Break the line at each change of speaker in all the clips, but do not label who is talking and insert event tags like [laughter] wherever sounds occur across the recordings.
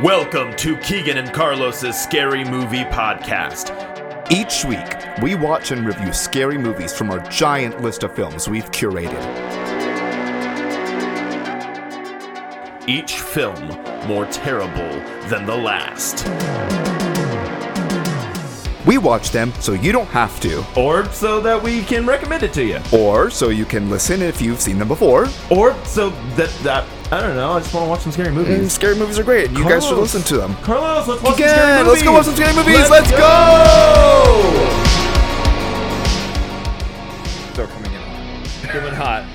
Welcome to Keegan and Carlos's Scary Movie Podcast.
Each week, we watch and review scary movies from our giant list of films we've curated.
Each film more terrible than the last.
We watch them so you don't have to,
Or so that we can recommend it to you.
or so you can listen if you've seen them before.
Or so that, that I don't know, I just want to watch some scary
And
movies.
scary movies are great, and you guys should listen to them.
Carlos, let's watch some scary
Again,
movies.
let's go watch some scary movies. Let's,
Let's
go.
They're coming in hot. Coming hot.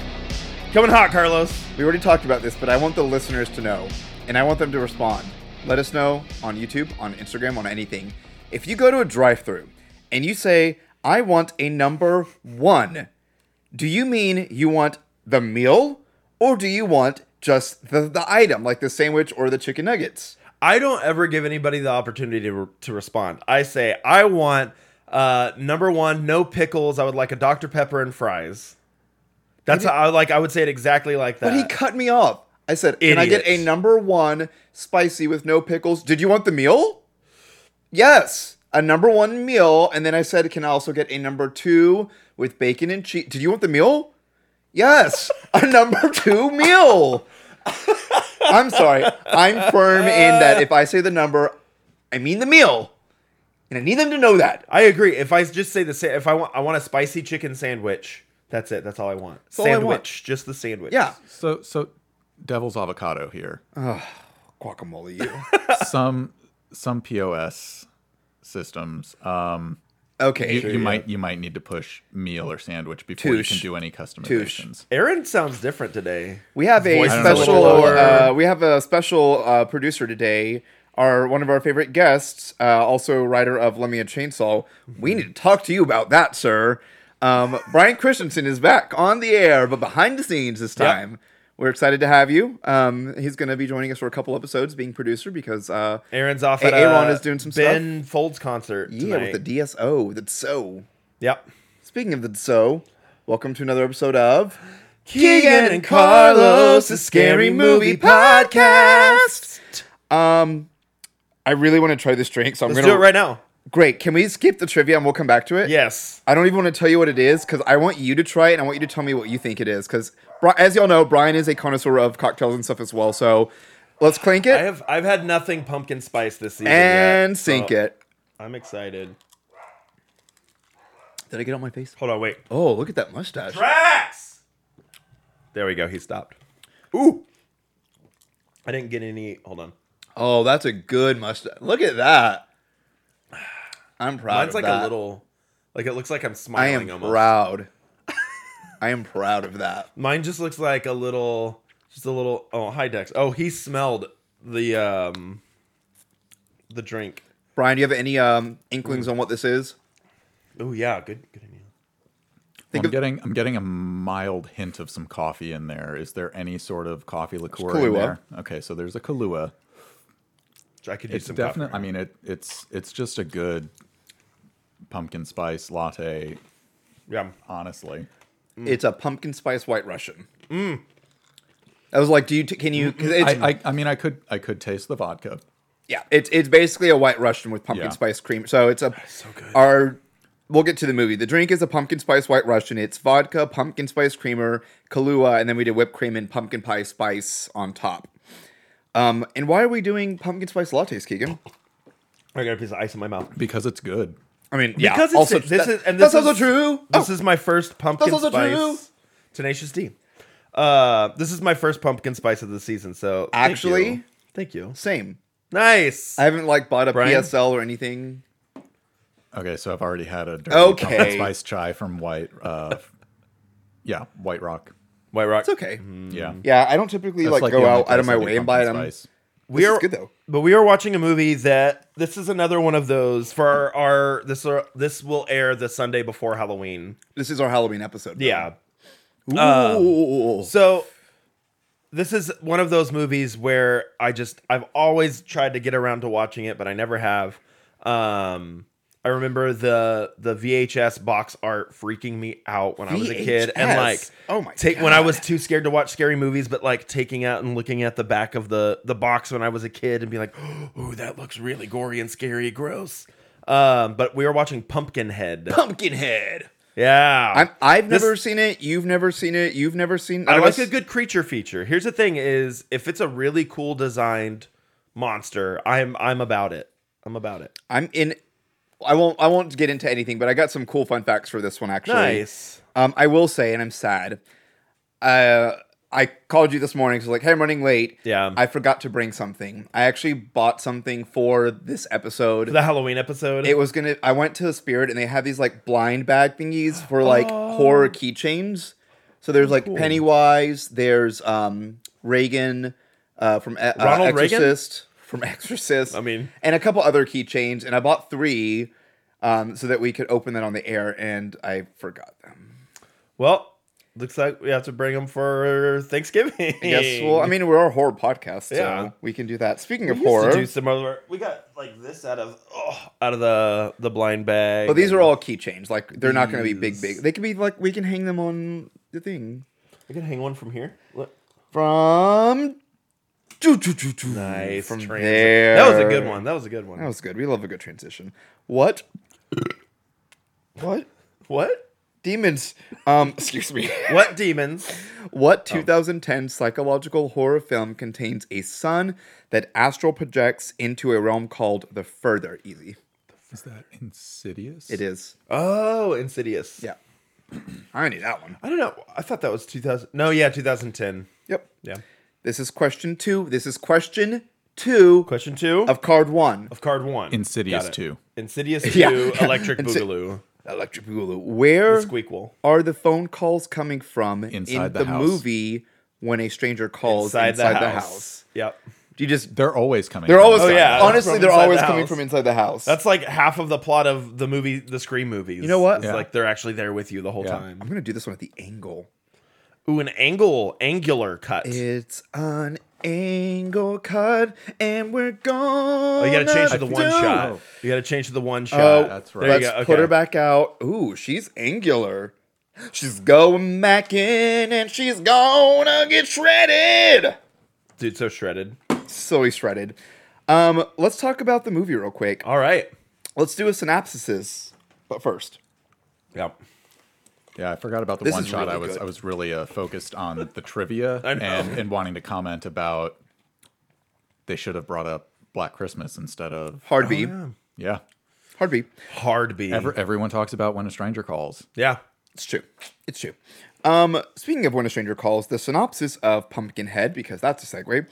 Coming hot, Carlos.
We already talked about this, but I want the listeners to know, and I want them to respond. Let us know on YouTube, on Instagram, on anything. If you go to a drive-through and you say, "I want a number one," do you mean you want the meal, or do you want just the, the item, like the sandwich or the chicken nuggets?
I don't ever give anybody the opportunity to, re- to respond. I say, I want uh, number one, no pickles. I would like a Dr. Pepper and fries. That's how I like. I would say it exactly like that.
But he cut me off. I said, "Can I get
Idiot.
a number one spicy with no pickles?" Did you want the meal? Yes, a number one meal. And then I said, "Can I also get a number two with bacon and cheese?" Did you want the meal? Yes, a [laughs] number two meal. [laughs] I'm sorry. I'm firm in that if I say the number, I mean the meal, and I need them to know that.
I agree. If I just say the same, if I want, I want a spicy chicken sandwich. That's it. That's all I want.
all I
sandwich,
want.
just the sandwich.
Yeah,
So so devil's avocado
[laughs]
here.
guacamole. You.
some some POS systems. Um
Okay.
you, you might you might need to push meal or sandwich before you
Touche.
can do any customizations.
Aaron sounds different today.
We have a
Voice
is a little
special.
lower.
Uh, we have a special uh, producer today. Our one of our favorite guests, uh, also writer of "Let Me a Chainsaw." We need to talk to you about that, sir. Um, Brian Christensen is back on the air, but behind the scenes this time. We're excited to have you. Um, he's going to be joining us for a couple episodes, being producer because uh,
Aaron's off
A-
at
Aaron
uh,
is doing some stuff.
Ben Folds concert.
yeah,
tonight.
with the DSO, the so.
Yep.
Speaking of the so, welcome to another episode of
Keegan and Carlos, the Scary Movie Podcast.
Um, I really want to try this drink, so I'm
Let's
gonna
do it right now.
Great. Can we skip the trivia and we'll come back to it?
Yes.
I don't even want to tell you what it is because I want you to try it and I want you to tell me what you think it is. Because as y'all know, Brian is a connoisseur of cocktails and stuff as well. So let's clink
I
it
have I've had nothing pumpkin spice this season.
and
yet,
sink
so
it.
I'm excited.
Did I get on my face?
Hold on, wait.
Oh, look at that mustache.
Brax! There we go, he stopped. Ooh. I didn't get any hold on.
Oh, that's a good mustache. Look at that. I'm proud.
Mine's
of
like
that.
a little like it looks like I'm
I
smiling
am
almost.
proud. [laughs] I am proud of that.
Mine just looks like a little just a little oh hi Dex. Oh he smelled the um the drink.
Brian, do you have any um, inklings
Hmm.
on what this is?
Oh yeah, good good idea.
Think
I'm
of-
getting I'm getting a mild hint of some coffee in there. Is there any sort of coffee liqueur in
Kahlua.
there? Okay, so there's a Kahlua.
I could use
It's
some coffee
definitely
right
I mean it it's it's just a good pumpkin spice latte,
now. yeah.
honestly.
Mm.
It's a pumpkin spice white Russian. Mm. I was like, do you? T- can you? Cause it's,
I, I I mean I could I could taste the vodka.
yeah, it's it's basically a white Russian with pumpkin
Yeah.
spice cream. So it's a
So good.
our. We'll get to the movie. The drink is a pumpkin spice white Russian. It's vodka, pumpkin spice creamer, Kahlua, and then we did whipped cream and pumpkin pie spice on top. Um, and why are we doing pumpkin spice lattes, Keegan?
I got a piece of ice in my mouth.
Because it's good.
I mean, yeah.
Because it's
also,
this is
that-
and this
that's also
is-
true. Oh,
This is my first pumpkin
That's also
spice.
true.
Tenacious D. Uh, this is my first pumpkin spice of the season. So thank
Actually-
you. thank you.
Same.
Nice.
I haven't like bought a
Brian?
PSL or anything.
Okay, so I've already had a dirty
Okay.
pumpkin spice chai from White. Uh, yeah, White Rock.
White Rock.
It's okay.
Mm-hmm.
Yeah,
Mm. Yeah, I don't typically
That's
like,
the
go
only
out out of
place
my
I do
way and buy
pumpkin
them.
spice.
we
is
are
good, though.
But we are watching a movie that this is another one of those for our, our this are, this will air the Sunday before Halloween.
This is our Halloween episode. though.
Yeah. um,
Ooh.
So this is one of those movies where I just I've always tried to get around to watching it, but I never have. Um I remember the the VHS box art freaking me out when I was a kid, and
VHS.
like,
Oh my
take when I
God.
was too scared to watch scary movies, but like taking out and looking at the back of the the box when I was a kid and being like, [gasps] "Ooh, that looks really gory and scary, gross." Um, but we were watching Pumpkinhead.
Pumpkinhead.
yeah,
I'm, I've
This-
never seen it. You've never seen it. You've never seen.
I
none of
like
us-
a good creature feature. Here's the thing: is if it's a really cool designed monster, I'm I'm about it. I'm about it.
I'm in. I won't. I won't get into anything, but I got some cool fun facts for this one. Actually,
Nice.
Um, I will say, and I'm sad. Uh, I called you this morning. So like, hey, I'm running late.
Yeah.
I forgot to bring something. I actually bought something for this episode.
The Halloween episode.
it was gonna. I went to Spirit, and they have these like blind bag thingies for like horror keychains. So there's like Pennywise. There's um Reagan uh, from E- uh,
Ronald Reagan?
Exorcist. From [laughs] Exorcist.
I mean-
and a couple other keychains, and I bought three. Um, so that we could open that on the air, and I forgot them.
well, looks like we have to bring them for Thanksgiving.
I
[laughs]
guess. Well, I mean, we're a horror podcast, so
Yeah.
we can do that. Speaking of
We used to
horror,
do some other. We got like this out of oh, out of the the blind bag.
but these are all keychains. Like they're not going to be big,
These.
big. They can be like we can hang them on the thing
I can hang one from here. Look.
from. Doo, doo, doo, doo.
Nice.
From
transit.
there.
That was a good one. That was a good one.
That was good. We love a good transition. What? what?
what?
Demons. Um, [laughs] excuse me.
What demons? Oh.
What 2010 psychological horror film contains a sun that astral projects into a realm called the Further? Easy.
Is that insidious?
It is.
Oh, Insidious.
Yeah. [clears throat] I knew that one.
I don't know. I thought that was 2000. No, yeah, 2010.
Yep.
Yeah.
This is question two. This is question two
Question two
of card one.
of card one.
Insidious
Got it.
two.
[laughs]
Insidious two.
Yeah.
Electric
Insi-
Boogaloo.
Electric Boogaloo. Where
Squeakquel.
are the phone calls coming from in
Inside
the,
the house.
movie when a stranger calls
Inside,
inside,
the,
the
house.
house?
Yep.
Do you just
They're always coming.
they're
from
always
Oh,
inside.
yeah.
honestly
From
they're
inside
always
the
coming
house.
from inside the house.
That's like half of the plot of the movie, the Scream movies. You
know what?
It's
Yeah.
like they're actually there with you the whole
Yeah.
I'm
time.
gonna do this one at the angle.
Ooh, an angle, angular cut.
It's an angle cut, and we're gone.
Oh, you gotta change to the one
do.
shot. You gotta change to the one shot.
Oh,
That's
There
right.
you
Let's
go.
put her
Okay.
back out. Ooh, she's angular. She's going back in and she's gonna get shredded.
Dude, so shredded.
So he's shredded. Um, let's talk about the movie real quick.
All right.
Let's do a synopsis, but first.
Yep.
Yeah, I forgot about the
This
one
is
shot.
really
I was
good.
I was really uh,
[laughs]
focused on the trivia
I know.
and and wanting to comment about they should have brought up Black Christmas instead of
Hard B.
yeah.
Hard B.
Hard B.
Mm.
Ever, everyone talks about when a stranger calls.
yeah.
It's true. It's true. Um, speaking of when a stranger calls, the synopsis of Pumpkinhead, because that's a segue.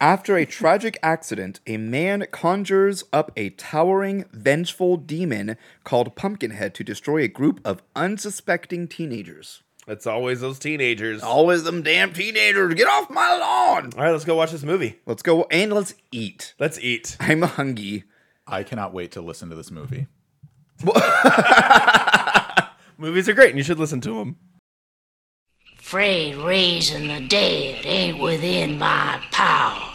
After a tragic accident, a man conjures up a towering, vengeful demon called Pumpkinhead to destroy a group of unsuspecting teenagers.
It's always those teenagers. All
Always them damn teenagers. Get off my lawn.
right, let's go watch this movie.
Let's go and let's eat.
Let's eat.
I'm hungry.
I cannot wait to listen to this movie.
Movies are great and you should listen to them.
Afraid raising the dead ain't within my power.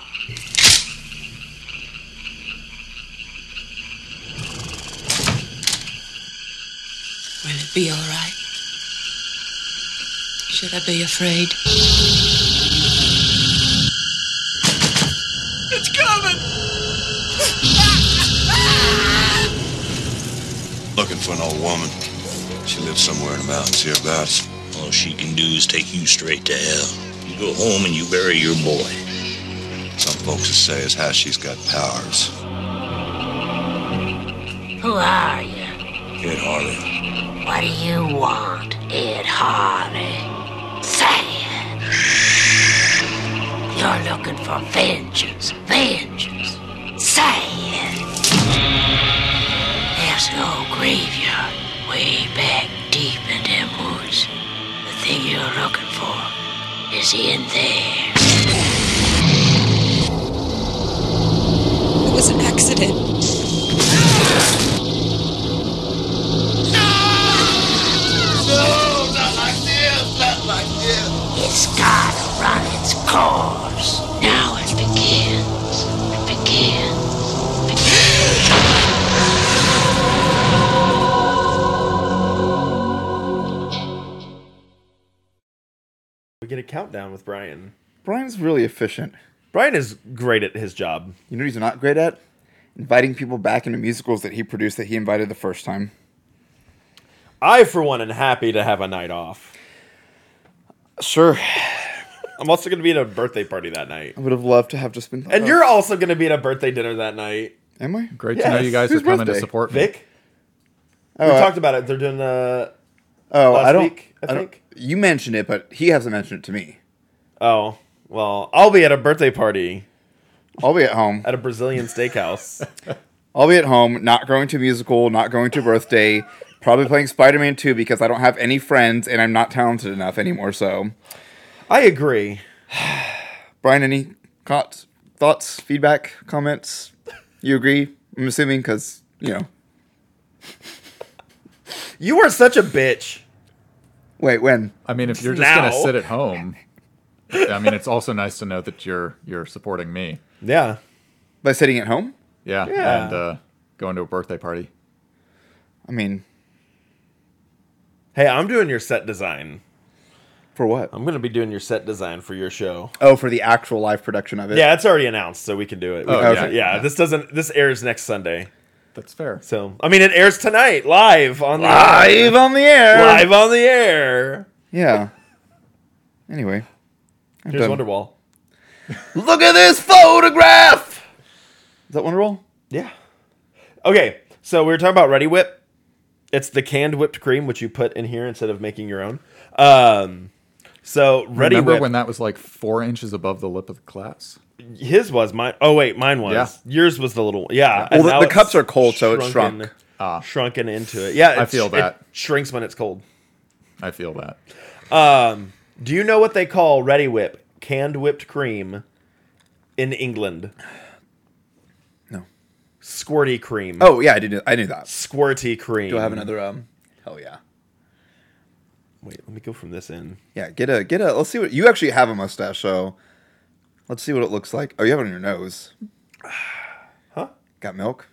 Will it be all right? Should I be afraid? It's coming!
Looking for an old woman. She lives somewhere in the mountains hereabouts.
All she can do is take you straight to hell. You go home and you bury your boy.
Some folks would say is how she's got powers.
Who are you?
Ed Harley.
What do you want, Ed Harley? Say it. You're looking for vengeance. Vengeance. Say it. There's an old graveyard way back deep in them woods. The thing you're looking for is in there.
It was an accident.
It's gotta run its course. Now it begins. It begins. It begins.
We get a countdown with Brian.
Brian's really efficient.
Brian is great at his job.
You know what he's not great at? Inviting people back into musicals that he produced that he invited the first time.
I, for one, am happy to have a night off.
Sure.
I'm also going to be at a birthday party that night.
I would have loved to have just been. Oh,
And you're also going to be at a birthday dinner that night.
Am I?
Great to know you
Yes.
guys
Whose
are coming to
birthday?
support me.
Vic?
Oh,
we
I-
talked about it. They're doing uh
Oh,
last
I don't.
week, I
I don't-
think.
you mentioned it, but he hasn't mentioned it to me.
Oh, well, I'll be at a birthday party
I'll be at home.
at a Brazilian steakhouse.
I'll be at home, not going to musical, not going to birthday, probably playing Spider Man 2 because I don't have any friends and I'm not talented enough anymore. So,
I agree.
Brian, any thoughts, thoughts feedback, comments? You agree? I'm assuming because, you know.
You are such a bitch.
Wait, when?
I mean, if you're just
Now.
gonna sit at home, I mean, it's also nice to know that you're you're supporting me.
Yeah.
By sitting at home?
Yeah,
Yeah.
and uh, going to a birthday party.
I mean,
Hey, I'm doing your set design.
for what?
I'm going to be doing your set design for your show.
Oh, for the actual live production of it.
Yeah, it's already announced, so we can do it. We
Oh,
can-
okay.
yeah, this doesn't this airs next Sunday.
That's fair.
So, I mean, it airs tonight live on the
Live on the air.
live on the air.
Yeah. Anyway. I'm
Here's
done.
Wonderwall.
Look at this photograph. Is that Wonderwall?
Yeah. Okay, so we were talking about Ready Whip. It's the canned whipped cream which you put in here instead of making your own. Um, so Ready
Remember
Whip,
when that was like four inches above the lip of the glass?
his was mine. Oh wait, mine was.
Yeah.
Yours was the little. one. Yeah. and
Well, the-
now
the
it's
cups are cold, so it's
shrunken-
shrunk.
Shrunken into it. Yeah, it's-
feel that.
It shrinks when it's cold.
I feel that.
Do you know what they call Ready Whip canned whipped cream in England?
No.
Squirty cream.
Oh yeah, I did. I knew that.
Squirty cream.
Do I have another? Um, hell yeah.
Wait, let me go from this in.
Yeah, get a get a. Let's see what you actually have a mustache. So, let's see what it looks like. Oh, you have it on your [sighs] nose.
Huh?
Got milk.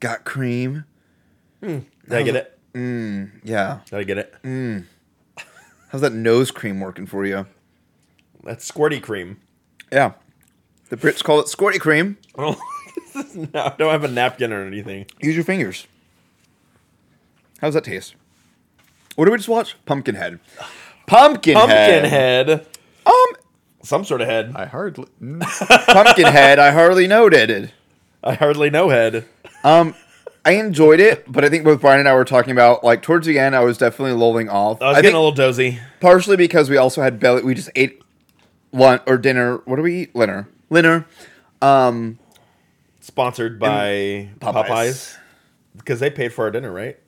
Got cream.
Did I get it?
Yeah.
Did I get it?
How's that nose cream working for you?
That's squirty cream.
Yeah. The Brits call it squirty cream.
I don't, [laughs] this is- no, I don't have a napkin or anything.
Use your fingers. How does that taste? What did we just watch? Pumpkinhead. Pumpkinhead. [laughs]
Pumpkin head.
Um,
Some sort of head.
I hardly. mm.
Pumpkinhead. I hardly noted it.
I hardly know head.
Um, I enjoyed it, but I think both Brian and I were talking about like towards the end. I was definitely lolling off.
I was
think
getting a little dozy.
partially because we also had belly. We just ate lunch or dinner. What do we eat? Dinner. Dinner. Um,
Sponsored by
Popeyes.
Popeyes. Because they paid for our dinner, right?
Oh,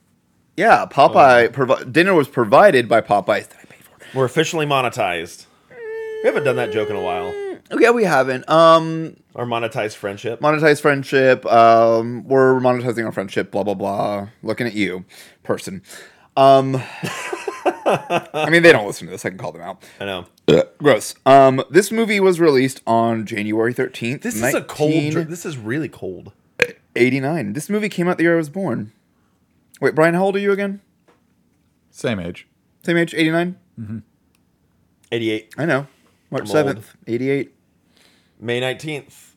yeah, Popeye. Provi- dinner was provided by Popeyes that I paid for.
We're officially monetized. We haven't done that joke in a while.
Oh yeah, we haven't. Um,
Our monetized friendship.
monetize friendship. Um, we're monetizing our friendship. Blah blah blah. Looking at you, person. Um, I mean, they don't listen to this. I can call them out.
I know.
Gross. Um, this movie was released on January thirteenth.
This is a cold. dr- This is really cold.
Eighty-nine. This movie came out the year I was born. Wait, Brian, how old are you again?
Same age.
Same age, eighty-nine.
88.
I know.
I'm
March
old.
seventh, eighty-eight.
May 19th,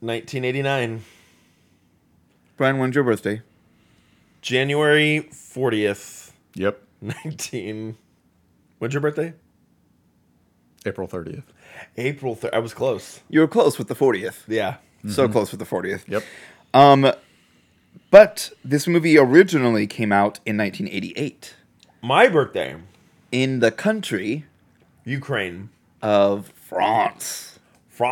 1989.
Brian, when's your birthday?
January 40th,
Yep.
19. When's your birthday?
April 30th.
April 3rd. I was close.
You were close with the 40th
Yeah.
So close with the fortieth.
Yep.
Um, but this movie originally came out in 1988
[laughs] My birthday,
in the country
Ukraine. [laughs]
of France.
Fra-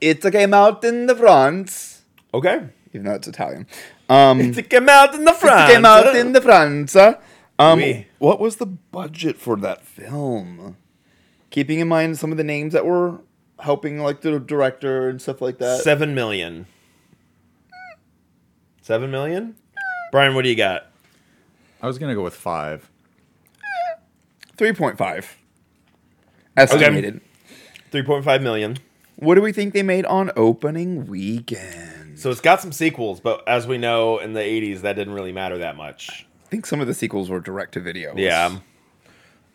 It came out in the France,
Okay.
even though it's Italian. Um,
It came out in the front.
It came out in the France. Um,
Oui.
What was the budget for that film? Keeping in mind some of the names that were helping, like the director and stuff
[laughs]
like that.
7 million. 7 million? Brian, what do you got?
I was gonna go with five.
Three point five, estimated.
3.5 million.
What do we think they made on opening weekend?
So it's got some sequels, but as we know in the 80s, that didn't really matter that much.
I think some of the sequels were direct to video.
Yeah.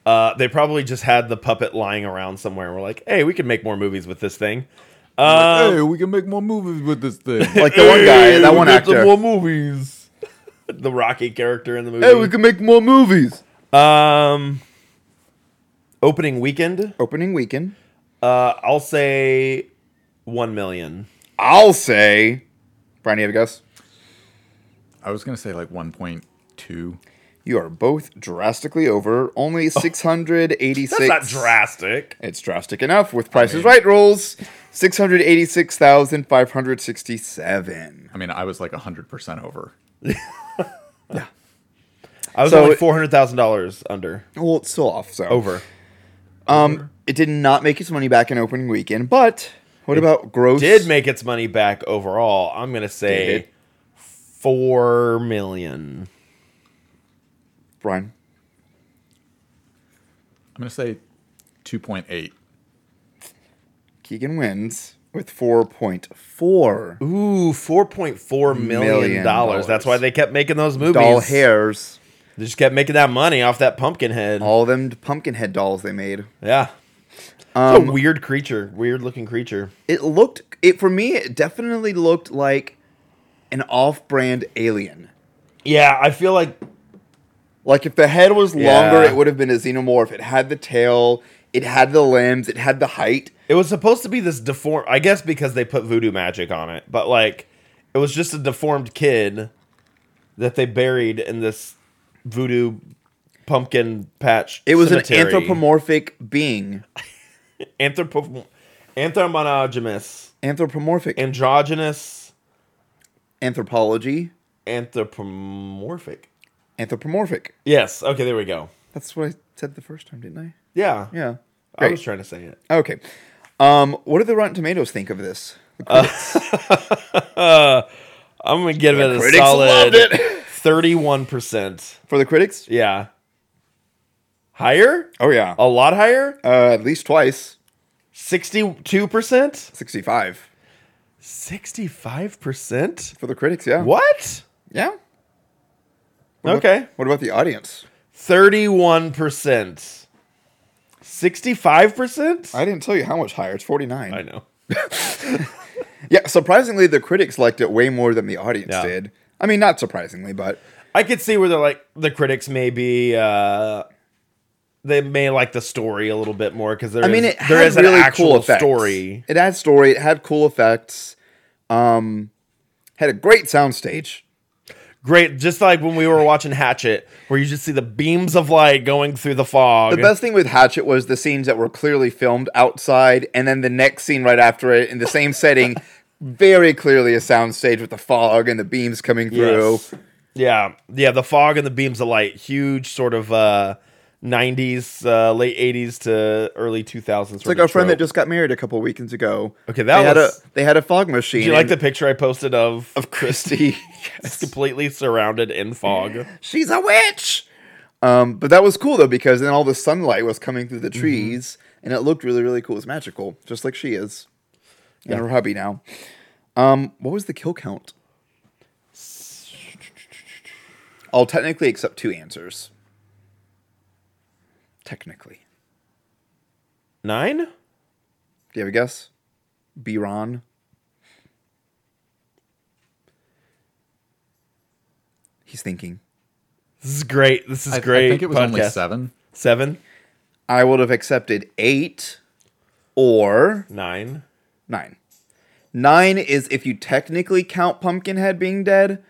Uh, they probably just had the puppet lying around somewhere and were like, hey, we could make more movies with this thing. Um,
hey, we can make more movies with this thing.
[laughs] Like the one guy, that
we
one
make the
actor.
more movies. [laughs] the Rocky character in the movie.
Hey, we can make more movies.
um, opening weekend,
Opening weekend.
uh, I'll say one million.
I'll say. Brian, you have a guess?
I was gonna say like 1.2.
You are both drastically over. Only 686.
That's not Oh, drastic.
It's drastic enough with Price is Right rules. 686,567.
I mean, I was like 100% over.
I was
So
only
it-
four hundred thousand dollars under
Well, it's still off, so.
over.
Um, it did not make its money back in opening weekend, but what about gross?
Did make its money back overall. I'm gonna
Did
say
it?
four million.
Brian.
I'm gonna say 2.8.
Keegan wins with 4.4
Ooh, four point four million
Million
dollars.
dollars.
That's why they kept making those movies.
doll hairs.
They just kept making that money off that pumpkin head.
All them pumpkin head dolls they made.
Yeah.
Um,
it's a weird creature, weird looking creature.
it looked it for me it definitely looked like an off-brand alien
Yeah, I feel like
like if the head was longer
Yeah.
it would have been a xenomorph it had the tail it had the limbs it had the height
it was supposed to be this deformed. I guess because they put voodoo magic on it, but like it was just a deformed kid that they buried in this voodoo pumpkin patch.
it was
cemetery.
an anthropomorphic being
anthropo- anthropomonogamous,
anthropomorphic
androgynous,
anthropology
anthropomorphic.
anthropomorphic
Yes. Okay. There we go.
that's what i said the first time didn't i
Yeah.
yeah
I
great.
was trying to say it.
okay um what do the rotten tomatoes think of this
I'm gonna give it a
critics
solid
loved it. [laughs]
thirty-one percent.
for the critics
Yeah. Higher?
oh yeah
A lot higher?
uh, at least twice
Sixty-two percent?
65
Sixty-five percent?
for the critics yeah
What?
yeah What about-
Okay.
what about the audience
Thirty-one percent. Sixty-five percent?
I didn't tell you how much higher. It's 49.
I know.
Yeah, surprisingly, the critics liked it way more than the audience
Yeah.
did. I mean, not surprisingly, but
I could see where they're like the critics may be uh they may like the story a little bit more because there
I mean,
is-
it had
there is an
really
actual
cool effects.
story.
It had story. It had cool effects. Um, had a great soundstage.
Great, just like when we were watching Hatchet, where you just see the beams of light going through the fog.
The best thing with Hatchet was the scenes that were clearly filmed outside, and then the next scene right after it in
[laughs]
the same setting, very clearly a soundstage with the fog and the beams coming through.
Yes. Yeah, yeah, the fog and the beams of light, huge sort of uh, '90s, uh, late '80s to early 2000s.
It's like our friend that just got married a couple weekends ago.
Okay, that
they had
was-
a they had a fog machine.
Do you like
and-
the picture I posted of
[laughs] of Christy?
it's completely surrounded in fog?
she's a witch. Um, but that was cool though because then all the sunlight was coming through the trees, and it looked really, really cool. It was magical, just like she is, and her hubby now. Um, what was the kill count? I'll technically accept two answers. Technically,
Nine?
do you have a guess? Biron. He's thinking.
This is great. This is
I,
great.
I think it was only
podcast.
seven.
Seven?
I would have accepted eight or
Nine?
nine. Nine is if you technically count Pumpkinhead being dead.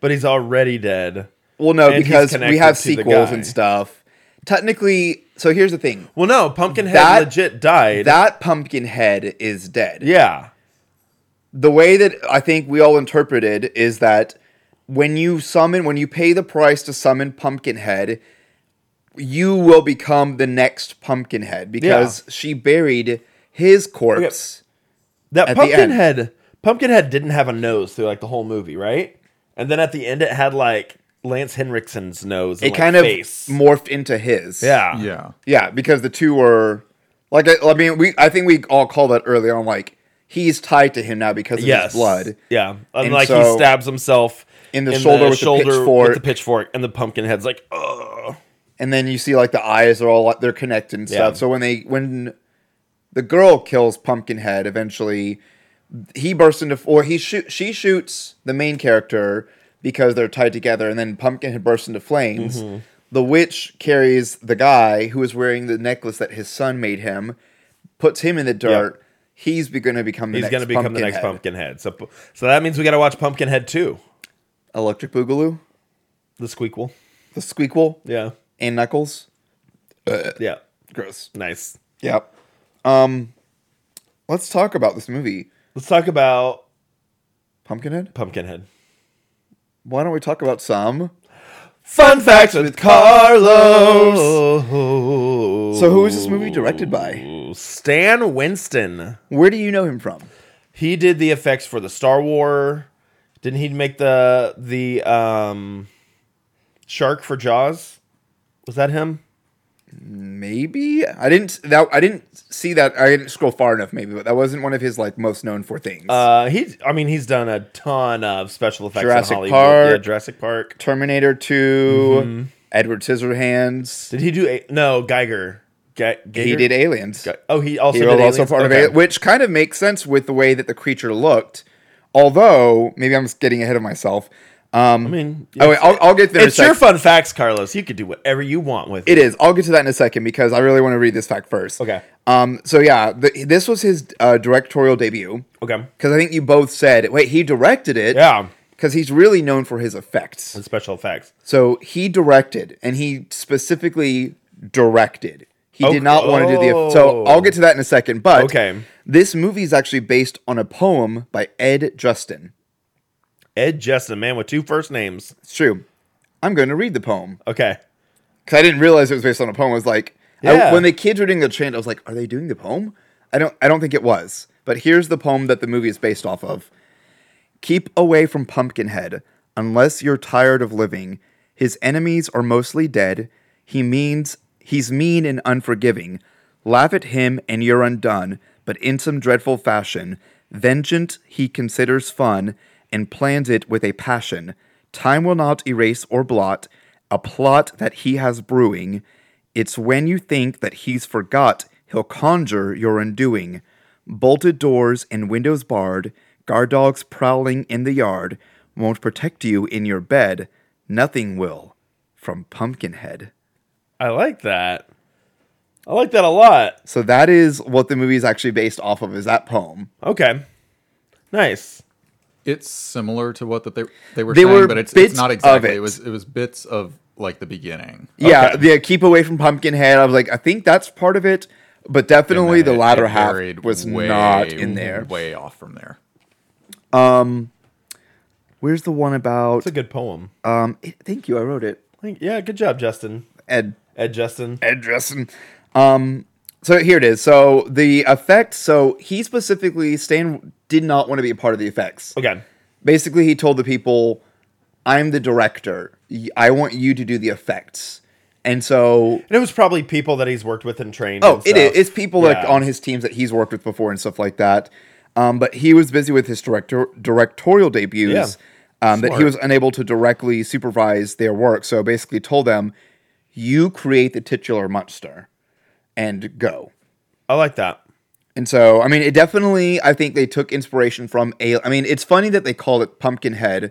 But he's already dead.
Well, no,
And he's
because we
connected
have
to the
sequels
guy.
and stuff. Technically, so here's the thing
Well, no, Pumpkinhead
That-
legit died.
that Pumpkinhead is dead.
yeah.
the way that I think we all interpreted is that when you summon, when you pay the price to summon Pumpkinhead, you will become the next Pumpkinhead because she buried his corpse.
That
at the end.
Pumpkinhead Pumpkinhead didn't have a nose through like the whole movie, right? And then at the end, it had like Lance Henriksen's nose.
It
and, like,
kind of
face.
morphed into his.
yeah,
Yeah.
Yeah, because the two were like I, I mean we I think we all called that early on like he's tied to him now because of
yes,
his blood.
Yeah, and,
And
like he
so-
stabs himself
In the shoulder with the pitchfork.
the pitchfork, and the Pumpkinhead's like, oh,
and then you see like the eyes are all they're connected and stuff.
Yeah.
So when they when the girl kills Pumpkinhead, eventually he bursts into or he shoot she shoots the main character because they're tied together, and then Pumpkinhead bursts into flames.
Mm-hmm.
The witch carries the guy who is wearing the necklace that his son made him, puts him in the dirt. He's going to become the
He's
next
going to become the next
Pumpkinhead.
Pumpkinhead. So, so that means we got to watch Pumpkinhead 2,
Electric Boogaloo,
the squeakle.
the Squeakquel,
Yeah.
and Knuckles.
Yeah.
Gross.
Nice.
Yep. Um, let's talk about this movie,
Let's talk about
Pumpkinhead.
Pumpkinhead.
Why don't we talk about some?
Fun facts with Carlos.
So, who is this movie directed by?
Stan Winston.
Where do you know him from?
He did the effects for the Star War. Didn't he make the the um shark for Jaws? Was that him?
Maybe I didn't. That I didn't see that. I didn't scroll far enough. Maybe, but that wasn't one of his like most known for things.
Uh, he. I mean, he's done a ton of special effects.
Jurassic
in Hollywood.
Park.
Yeah, Jurassic Park.
Terminator 2
mm-hmm.
Edward Scissorhands.
Did he do? A- no, Geiger. Ge- Geiger?
He did Aliens.
Ge- oh, he also
He
did
was also
Aliens?
part
Okay.
of it, which kind of makes sense with the way that the creature looked. Although maybe I'm just getting ahead of myself. Um, I
mean,
oh, wait, I'll, I'll get there. in a
It's your
sec.
fun facts, Carlos. You could do whatever you want with
It is. I'll get to that in a second because I really want to read this fact first.
Okay.
Um. So yeah, th- this was his uh, directorial debut
Okay.
because I think you both said wait he directed it.
Yeah.
Because he's really known for his effects.
And special effects.
So he directed, and he specifically directed. He
Oh,
did not want to do the. eff- So
oh.
I'll get to that in a second. But
Okay.
this movie is actually based on a poem by Ed Justin.
Ed Justin, man with two first names.
It's true. I'm going to read the poem.
Okay.
because I didn't realize it was based on a poem. I was like, I-
Yeah.
when the kids were doing the chant, I was like, are they doing the poem? I don't, I don't think it was. But here's the poem that the movie is based off of. Keep away from Pumpkinhead unless you're tired of living. His enemies are mostly dead. He means he's mean and unforgiving. Laugh at him and you're undone, but in some dreadful fashion. Vengeance he considers fun and plans it with a passion. Time will not erase or blot a plot that he has brewing. It's when you think that he's forgot, he'll conjure your undoing. Bolted doors and windows barred, guard dogs prowling in the yard won't protect you in your bed. Nothing will. From Pumpkinhead.
I like that. I like that a lot.
So that is what the movie is actually based off of. Is that poem?
Okay. Nice.
It's similar to what that they they were
They
saying,
were
but it's,
bits
it's not
of
exactly.
it.
It. was it was bits of like the beginning.
Yeah. The keep away from Pumpkinhead. I was like, I think that's part of it, but definitely
And
the
then it-
latter
it
half
varied
was
way,
not in there.
way off from there.
Where's the one about?
It's a good poem.
Um, it- thank you. I wrote it.
I think- yeah, good job, Justin.
Ed
Ed Justin.
Ed Dresden. Um, so here it is. So the effect. So he specifically, Stan did not want to be a part of the effects.
Okay.
Basically, he told the people, "I'm the director. Y- I want you to do the effects." And so,
And it was probably people that he's worked with and trained.
oh,
and
it is.
stuff.
It's people like
Yeah.
on his teams that he's worked with before and stuff like that. Um, but he was busy with his director directorial debuts.
Yeah.
Um, that he
Smart.
was unable to directly supervise their work, so basically told them, "You create the titular monster, and go."
I like that.
And so, I mean, it definitely, I think they took inspiration from a. I mean, it's funny that they call it Pumpkinhead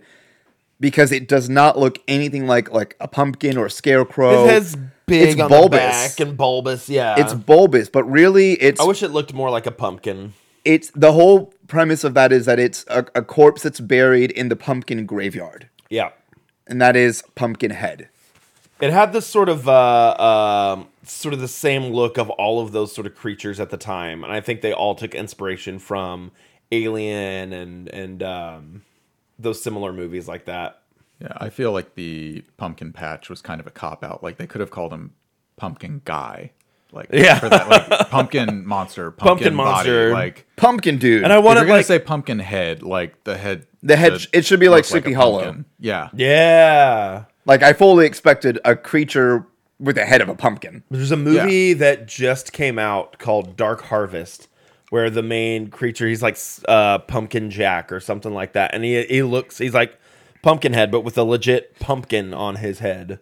because it does not look anything like like a pumpkin or a
Oh,
scarecrow.
it has big
it's
on
bulbous.
the back and bulbous. Yeah.
it's bulbous, but really, it's
I wish it looked more like a pumpkin.
it's the whole premise of that is that it's a, a corpse that's buried in the pumpkin graveyard,
Yeah.
and that is Pumpkinhead.
It had this sort of uh, um, sort of the same look of all of those sort of creatures at the time, and I think they all took inspiration from Alien and and um, those similar movies like that.
Yeah, I feel like the pumpkin patch was kind of a cop out. Like they could have called him pumpkin guy. Like
Yeah.
for that, like
[laughs]
pumpkin monster, pumpkin,
Pumpkin
body,
monster.
Like
Pumpkin dude,
And I
if you're
wanted
gonna
like
say pumpkin head, like the head,
The head sh- it should be like
look
Sleepy
a
Hollow.
pumpkin. Yeah,
yeah.
like I fully expected a creature with the head of a pumpkin.
There's a movie that just came out called Dark Harvest, where the main creature he's like s- uh, Pumpkin Jack or something like that, and he he looks he's like Pumpkinhead, but with a legit pumpkin on his head.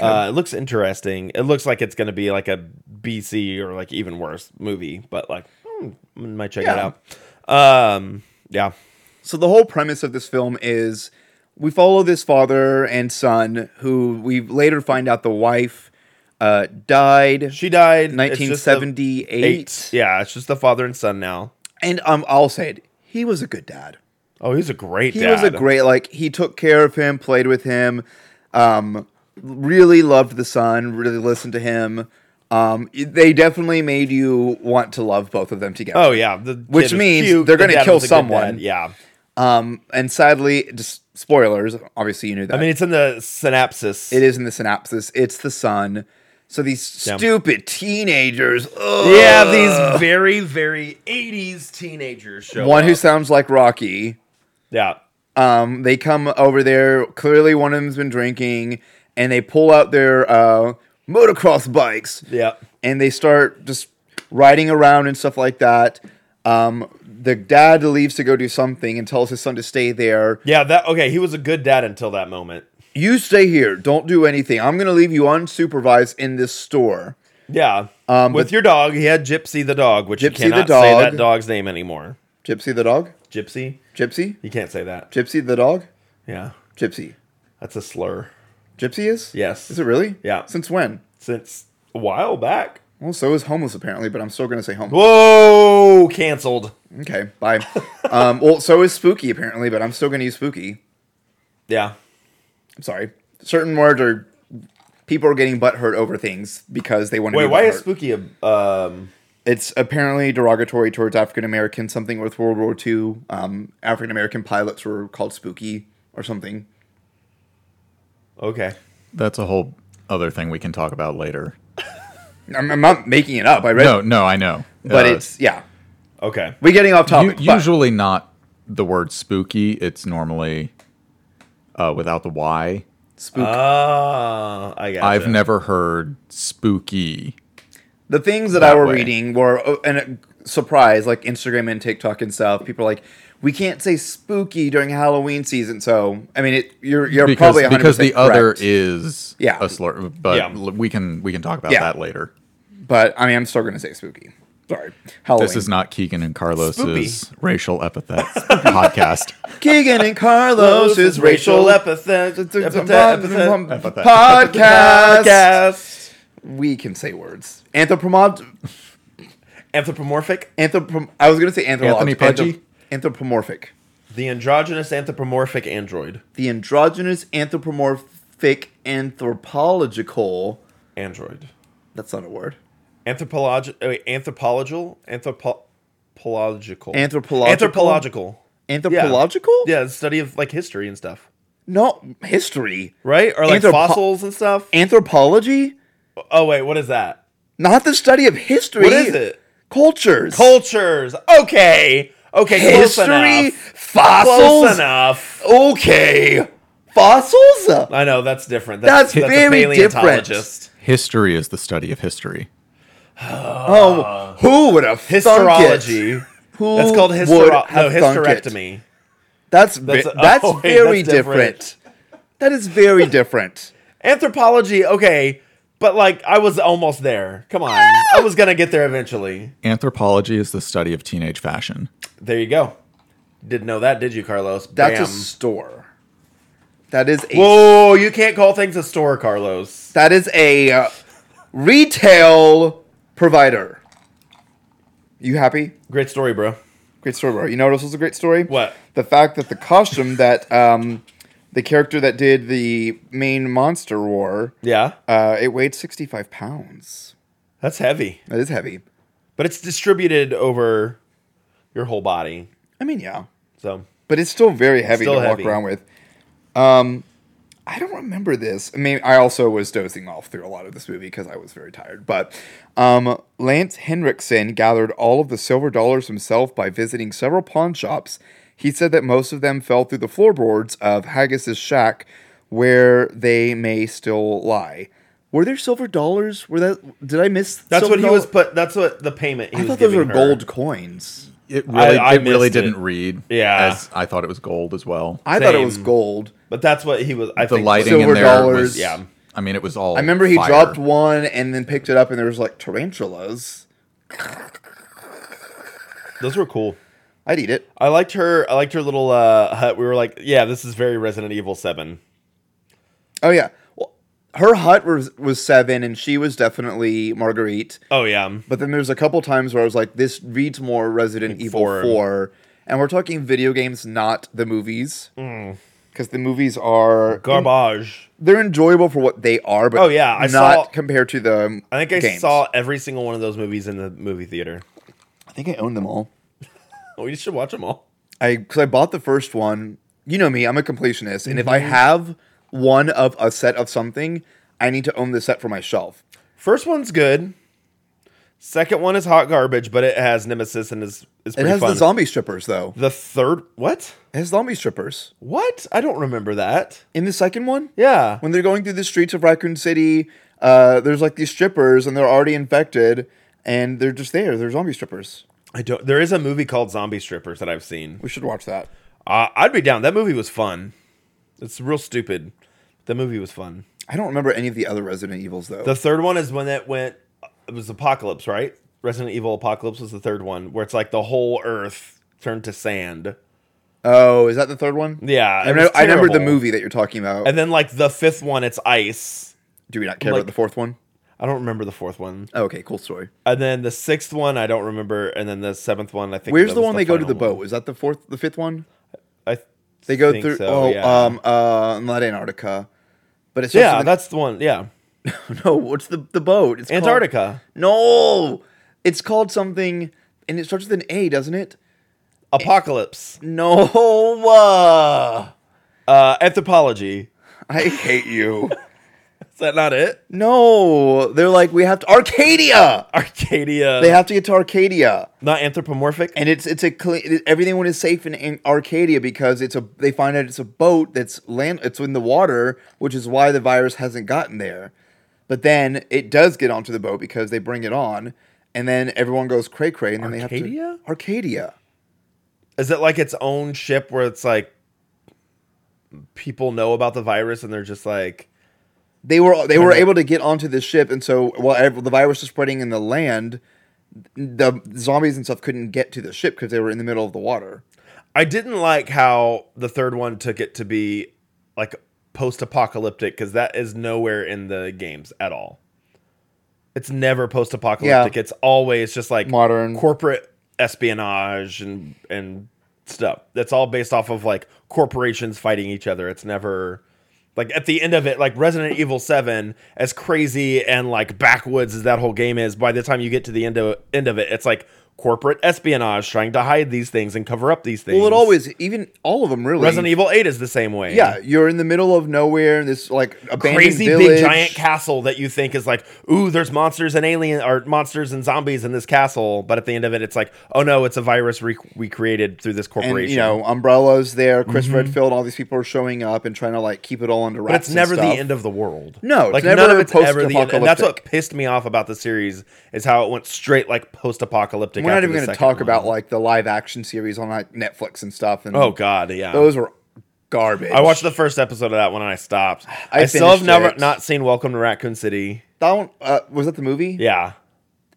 Uh, it looks interesting. It looks like it's going to be like a BC or like even worse movie, but like hmm, might check
Yeah.
it out. Um, yeah,
So the whole premise of this film is we follow this father and son who we later find out the wife uh, died
she died in
1978.
Yeah, it's just the father and son now.
And um, I'll say it, he was a good dad.
Oh, he's a great
He
dad.
was a great like he took care of him, played with him, um, really loved the son, really listened to him. Um, they definitely made you want to love both of them together.
Oh yeah, the
Which
kid was
means
cute,
they're
the
gonna
dad
kill
was a good dad,
someone.
Yeah,
Um, and sadly, just spoilers. Obviously, you knew that.
I mean it's in the synapses.
It is in the synopsis. It's the sun. So these
Yeah.
stupid teenagers. Ugh.
Yeah, these very very '80s teenagers show
one who
up.
sounds like Rocky.
yeah.
Um, they come over there. Clearly, one of them's been drinking, and they pull out their uh, motocross bikes.
Yeah.
and they start just riding around and stuff like that. Um, the dad leaves to go do something and tells his son to stay there.
Yeah, that okay, he was a good dad until that moment.
You stay here. Don't do anything. I'm gonna leave you unsupervised in this store.
Yeah.
Um,
with
but-
your dog, he had Gypsy the dog, which
Gypsy
you
the
cannot say
dog.
that dog's name anymore.
Gypsy the dog.
Gypsy?
Gypsy.
You can't say that.
Gypsy the dog.
Yeah.
Gypsy.
That's a slur.
Gypsy is?
Yes.
Is it really?
Yeah.
Since when?
Since a while back.
Well, so is homeless apparently, but I'm still gonna say homeless.
Whoa, canceled.
Okay,
[laughs]
bye. um, well, so is spooky apparently, but I'm still gonna use spooky.
Yeah.
I'm sorry. Certain words are people are getting butt hurt over things because they want to.
Wait,
be
why is
butthurt.
spooky a um
It's apparently derogatory towards African Americans. Something with World War II, um, African American pilots were called spooky or something.
okay.
That's a whole other thing we can talk about later.
I'm, I'm not making it up. I read,
No, no, I know.
but
Uh,
it's yeah.
Okay.
We're getting off
Oh,
u-
topic. but-
usually not the word spooky. It's normally uh, without the Y.
spook.
Ah, I got
I've never heard spooky.
the things that, I
that
were
way.
reading were oh, and uh, surprise like Instagram and TikTok and stuff. People are like, we can't say spooky during Halloween season. So I mean, it you're you're
because
probably 100%
because the other
correct.
is
Yeah.
a slur, but
Yeah.
l- we can we can talk about
Yeah.
that later.
but I mean, I'm still gonna say spooky. Sorry, Halloween.
This is not Keegan and Carlos's racial epithet
[laughs]
podcast.
Keegan and Carlos is racial ep-
epithet.
epithet.
podcast.
Podcast.
We can say words. Anthropomod.
Anthropomorphic.
Anthropom. I was gonna say anthropolog-
Anthony Pudgy?
anthrop- Anthropomorphic.
The androgynous anthropomorphic android.
The androgynous anthropomorphic anthropological.
Android.
That's not a word.
Anthropologi- uh, wait, anthropological? Anthropological.
Anthropological?
Anthropological.
Anthropological?
Yeah, the study of like history and stuff.
No, history.
Right? Or like
Anthropo-
fossils and stuff.
Anthropology?
oh, wait, what is that?
Not the study of history.
What is it?
Cultures.
Cultures. Okay. Okay, close
history?
enough. Close
Fossils?
enough.
Okay. Fossils?
I know, that's different.
That's very different.
History is the study of history.
Oh, who would have
Histology.
Who
That's called
would
histero- no,
have thunk it?
hysterectomy.
That's ve- that's,
That's- [laughs] oh, wait,
very
that's different.
different. That is very different.
Anthropology, okay, but like I was almost there. Come on. I was going to get there eventually.
Anthropology is the study of teenage fashion.
There you go. Didn't know that, did you, Carlos?
That's
Bam.
a store. That is a
Whoa, you can't call things a store, Carlos.
that is a uh, retail provider. You happy?
Great story, bro.
Great story, bro. You know what else was a great story?
What?
The fact that the costume that um, the character that did the main monster war,
Yeah.
uh, it weighed sixty five pounds.
That's heavy.
That is heavy.
But it's distributed over your whole body.
I mean, yeah.
So
but it's still very heavy
Still
to
heavy.
walk around with. Um, I don't remember this. I mean, I also was dozing off through a lot of this movie because I was very tired. But um, Lance Henriksen gathered all of the silver dollars himself by visiting several pawn shops. He said that most of them fell through the floorboards of Haggis's shack, where they may still lie. Were there silver dollars? Were that? Did I miss?
that's
silver
what he was
dollar-
put that's what the payment he
I
was
thought those
giving
were
her.
gold coins.
It really,
I
it really
missed it.
didn't read.
Yeah.
as I thought it was gold as well.
I thought it was
Same.
gold.
But that's what he was I
the
think
lighting
Silver
in there
dollars.
was
Yeah.
I mean, it was all.
I remember he
fire.
dropped one and then picked it up, and there was like tarantulas.
Those were cool.
I'd eat it.
I liked her. I liked her little uh, hut. We were like, yeah, this is very Resident Evil Seven.
Oh yeah. Well, her hut was was seven, and she was definitely Marguerite.
Oh yeah,
But then there's a couple times where I was like, this reads more Resident Evil
four.
4. And we're talking video games, not the movies.
Hmm.
Because the movies are.
garbage.
They're enjoyable for what they are, but
Oh, yeah, I
not
saw-
compared to the.
I think I
games.
saw every single one of those movies in the movie theater.
I think I own them all.
We should watch them all.
I because I bought the first one. You know me, I'm a completionist, and if I
Mm-hmm.
have one of a set of something, I need to own the set for my shelf.
First one's good. Second one is hot garbage, but it has Nemesis and is is
It
pretty
has
fun.
the zombie strippers though.
the third what?
It has zombie strippers
What? I don't remember that.
in the second one.
Yeah.
when they're going through the streets of Raccoon City, uh, there's like these strippers and they're already infected and they're just there. They're zombie strippers.
I don't there is a movie called Zombie Strippers that I've seen.
We should watch that.
Uh, I'd be down. That movie was fun. It's real stupid. The movie was fun.
I don't remember any of the other Resident Evils though.
The third one is when that went it was Apocalypse, right? Resident Evil Apocalypse was the third one where it's like the whole earth turned to sand.
oh, is that the third one?
Yeah.
I,
it was
remember, I remember the
terrible.
movie that you're talking about.
And then like the fifth one it's ice.
Do we not care
like-
about the fourth one?
I don't remember the fourth one.
Oh, okay, cool story.
And then the sixth one, I don't remember. And then the seventh one, I think.
Where's
that
the
was
one they go to
final
the boat?
one.
Is that the fourth, the fifth one?
I th-
They go
think
through.
so,
oh,
yeah.
um, uh, not Antarctica, but it's [laughs]
yeah, that's the one. Yeah,
no. What's the the boat? It's called-
Antarctica.
no, it's called something, and it starts with an A, doesn't it?
Apocalypse.
No. uh,
Uh, anthropology.
[laughs] I
[laughs]
hate you.
Is that not it?
no. They're like, we have to Arcadia.
Arcadia.
They have to get to Arcadia.
not anthropomorphic.
And it's it's a clean everything is safe in, in Arcadia because it's a they find out it's a boat that's land it's in the water, which is why the virus hasn't gotten there. But then it does get onto the boat because they bring it on, and then everyone goes cray cray, and then they have
Arcadia?
to Arcadia.
Is it like its own ship where it's like people know about the virus and they're just like,
they were they were able to get onto the ship, and so while ev- the virus was spreading in the land, the zombies and stuff couldn't get to the ship because they were in the middle of the water.
I didn't like how the third one took it to be like post-apocalyptic because that is nowhere in the games at all. It's never post-apocalyptic.
Yeah.
It's always just like
Modern.
corporate espionage and and stuff. That's all based off of like corporations fighting each other. It's never like at the end of it, like Resident Evil Seven, as crazy and like backwoods as that whole game is, by the time you get to the end of end of it, it's like corporate espionage trying to hide these things and cover up these things.
Well, it always even all of them really.
Resident Evil Eight is the same way.
Yeah, you're in the middle of nowhere, and this like abandoned
Crazy
village.
big giant castle that you think is like, ooh, there's monsters and alien or monsters and zombies in this castle, but at the end of it, it's like, oh no, it's a virus re- we created through this corporation.
And you know, umbrellas there. Chris Redfield, all these people are showing up and trying to like keep it all under wraps.
Mm-hmm. But it's
and
never
stuff.
the end of the world.
No, it's
like
never
none of it's ever the end. And that's what
post-apocalyptic.
pissed me off about the series is how it went straight like post-apocalyptic.
We're not
after
even
the
going to
second
talk
one.
about like the live action series on like Netflix and stuff. And
Oh god, yeah.
those were garbage.
I watched the first episode of that one and I stopped. I,
I
still have
finished
never
it.
not seen Welcome to Raccoon City.
that one. Uh, was that the movie?
Yeah,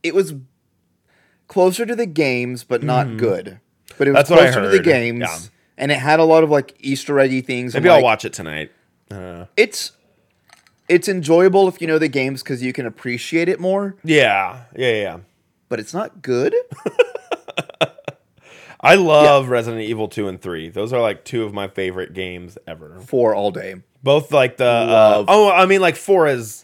it was closer to the games, but not good. But it was
Mm-hmm. That's what I
closer to
heard,
the games,
yeah.
and it had a lot of like Easter eggy things. and,
maybe I'll
like,
watch it tonight.
It's it's enjoyable if you know the games because you can appreciate it more,
Yeah, yeah, yeah, yeah.
but it's not good.
I love Resident Evil two and three. Those are like two of my favorite games ever.
For all day,
Both like the uh,
Love.
oh, I mean like four is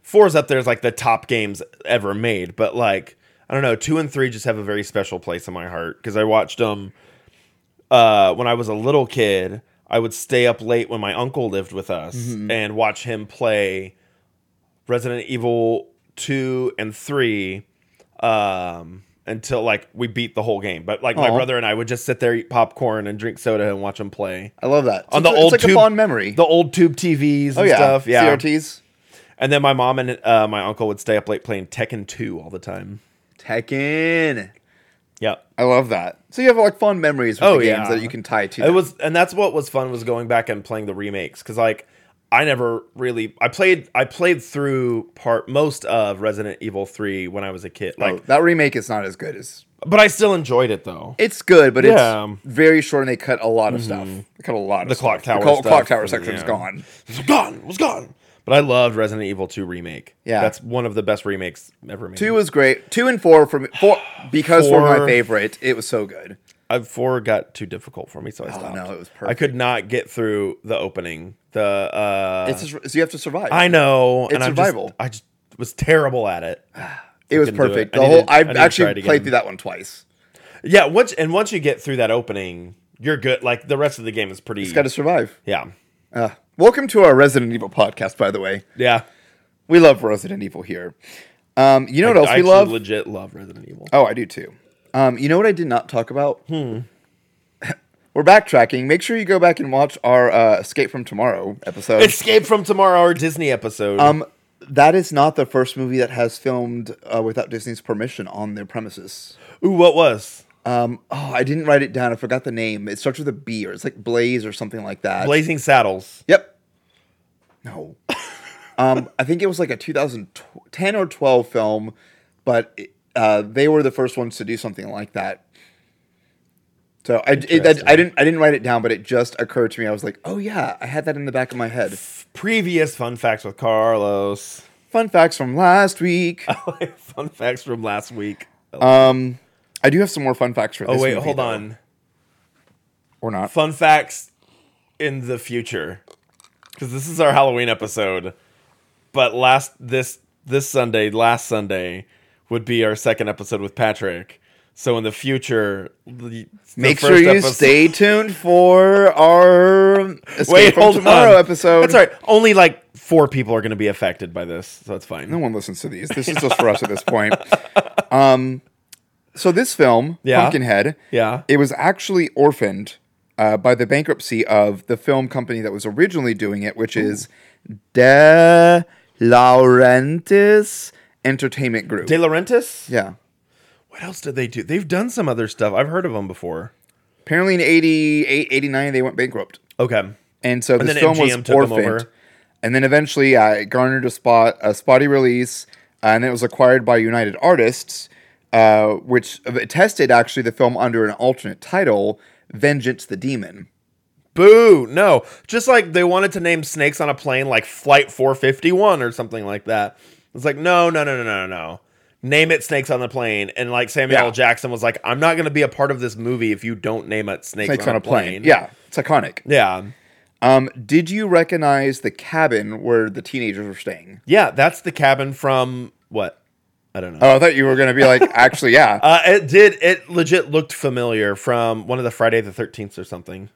four is up there as like the top games ever made. But like I don't know, two and three just have a very special place in my heart because I watched them uh, when I was a little kid. I would stay up late when my uncle lived with us
Mm-hmm.
and watch him play Resident Evil two and three um, until like we beat the whole game. But like my
Aw.
brother and I would just sit there, eat popcorn, and drink soda and watch him play
I love that.
on
It's-
the old
it's like
tube
a fond memory.
the old tube TVs and
oh yeah,
stuff. Yeah,
CRTs,
and then my mom and uh, my uncle would stay up late playing Tekken two all the time.
Tekken.
Yep.
I love that. So you have like fond memories with
Oh,
the
yeah.
games that you can tie to.
It
that.
was, and that's what was fun was going back and playing the remakes because like I never really I played I played through part most of Resident Evil 3 when I was a kid. Like
oh, that remake is not as good as
but I still enjoyed it though.
it's good, but
Yeah. Mm-hmm.
it's very short and they cut a lot of stuff. They cut a lot of
The
stuff.
clock tower
The clo-
stuff
clock tower
was-
section's
yeah.
gone.
It was gone. It was gone. But I loved Resident Evil 2 remake.
Yeah.
That's one of the best remakes ever made.
Two was great. Two and four for me. Four because four were my
Four.
favorite. It was so good.
I four got too difficult for me, so I stopped.
Oh, no, it was
I could not get through the opening. The uh
it's just, so you have to survive.
I know
It's
and I'm
survival.
Just, I just was terrible at it.
it was
couldn't do it.
perfect.
I
The
need
whole
to- I
I
need to try it
actually
again.
played through that one twice.
Yeah, once and once you get through that opening, you're good. Like the rest of the game is pretty
Got to survive.
Yeah.
Uh, welcome to our Resident Evil podcast, by the way.
Yeah.
We love Resident Evil here. Um, you know what else
I
we
actually
love?
legit love Resident Evil.
oh, I do too. Um, you know what I did not talk about? Hmm. [laughs] We're backtracking. Make sure you go back and watch our uh, Escape from Tomorrow episode.
Escape from Tomorrow our Disney episode.
um, that is not the first movie that has filmed uh, without Disney's permission on their premises.
Ooh, what was?
Um, oh, I didn't write it down. I forgot the name. It starts with a B, or it's like Blaze or something like that.
Blazing Saddles.
Yep. No. [laughs] um, I think it was like a 2010 or 12 film, but it, uh, they were the first ones to do something like that. So I, it, that, I didn't I didn't write it down, but it just occurred to me. I was like, oh yeah, I had that in the back of my head.
Previous fun facts with Carlos. [laughs]
Fun facts from last week.
fun facts from last week.
I do have some more fun facts for.
Oh
this
wait,
movie,
hold
though.
on.
or not.
Fun facts in the future. Cuz this is our Halloween episode. But last this this Sunday, last Sunday would be our second episode with Patrick. So in the future, the, the
Make sure
first
you
episode-
stay tuned for our
[laughs]
Escape
Wait,
from
hold
Tomorrow
on.
episode.
That's all right. Only like four people are going to be affected by this, so that's fine.
No one listens to these. This is just for us
[laughs]
at this point. Um, so this film,
Yeah.
Pumpkinhead,
Yeah.
it was actually orphaned uh, by the bankruptcy of the film company that was originally doing it, which is De Laurentiis Entertainment Group.
De Laurentiis.
yeah.
What else did they do? They've done some other stuff. I've heard of them before.
Apparently in 88, 89, they went bankrupt.
Okay.
And so this
then
film
MGM
was
took 'em
orphaned.
over.
And then eventually uh, it garnered a spot a spotty release, uh, and it was acquired by United Artists, uh, which uh, tested actually the film under an alternate title, Vengeance the Demon.
Boo! No, just like they wanted to name snakes on a plane like Flight 451 or something like that. It's like no, no, no, no, no, no. Name it snakes on the plane, and like Samuel
Yeah.
L. Jackson was like, "I'm not going to be a part of this movie if you don't name it snakes,
Snakes on a plane. Yeah, it's iconic.
yeah,
Um, did you recognize the cabin where the teenagers were staying?
yeah. That's the cabin from what? I don't know.
Oh, I thought you were going to
[laughs]
be like, actually, yeah.
Uh, it did. It legit looked familiar from one of the Friday the Thirteenth or something.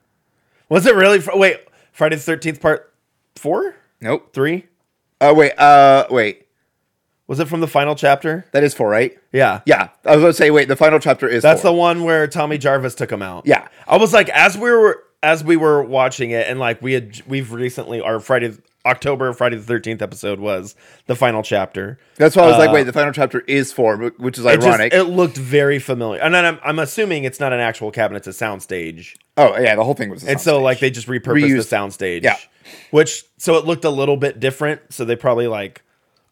Was it really? Fr- wait, Friday the Thirteenth Part Four,
nope.
Three?
Oh wait. Uh, wait.
Was it from the final chapter?
That is four, right?
Yeah,
Yeah. I was going to say, wait. The final chapter is
That's
four.
the one where Tommy Jarvis took him out.
Yeah.
I was like, as we were as we were watching it, and like we had we've recently our Friday October Friday the Thirteenth episode was the final chapter.
That's why I was like, wait. The final chapter is four, wh- which is
Uh, It just-
ironic.
It, looked very familiar, and then I'm, I'm assuming it's not an actual cabin; it's a soundstage.
Oh yeah, the whole thing was. A
And so, like, they just repurposed
Reused-
the soundstage.
yeah.
Which, so it looked a little bit different. So they probably like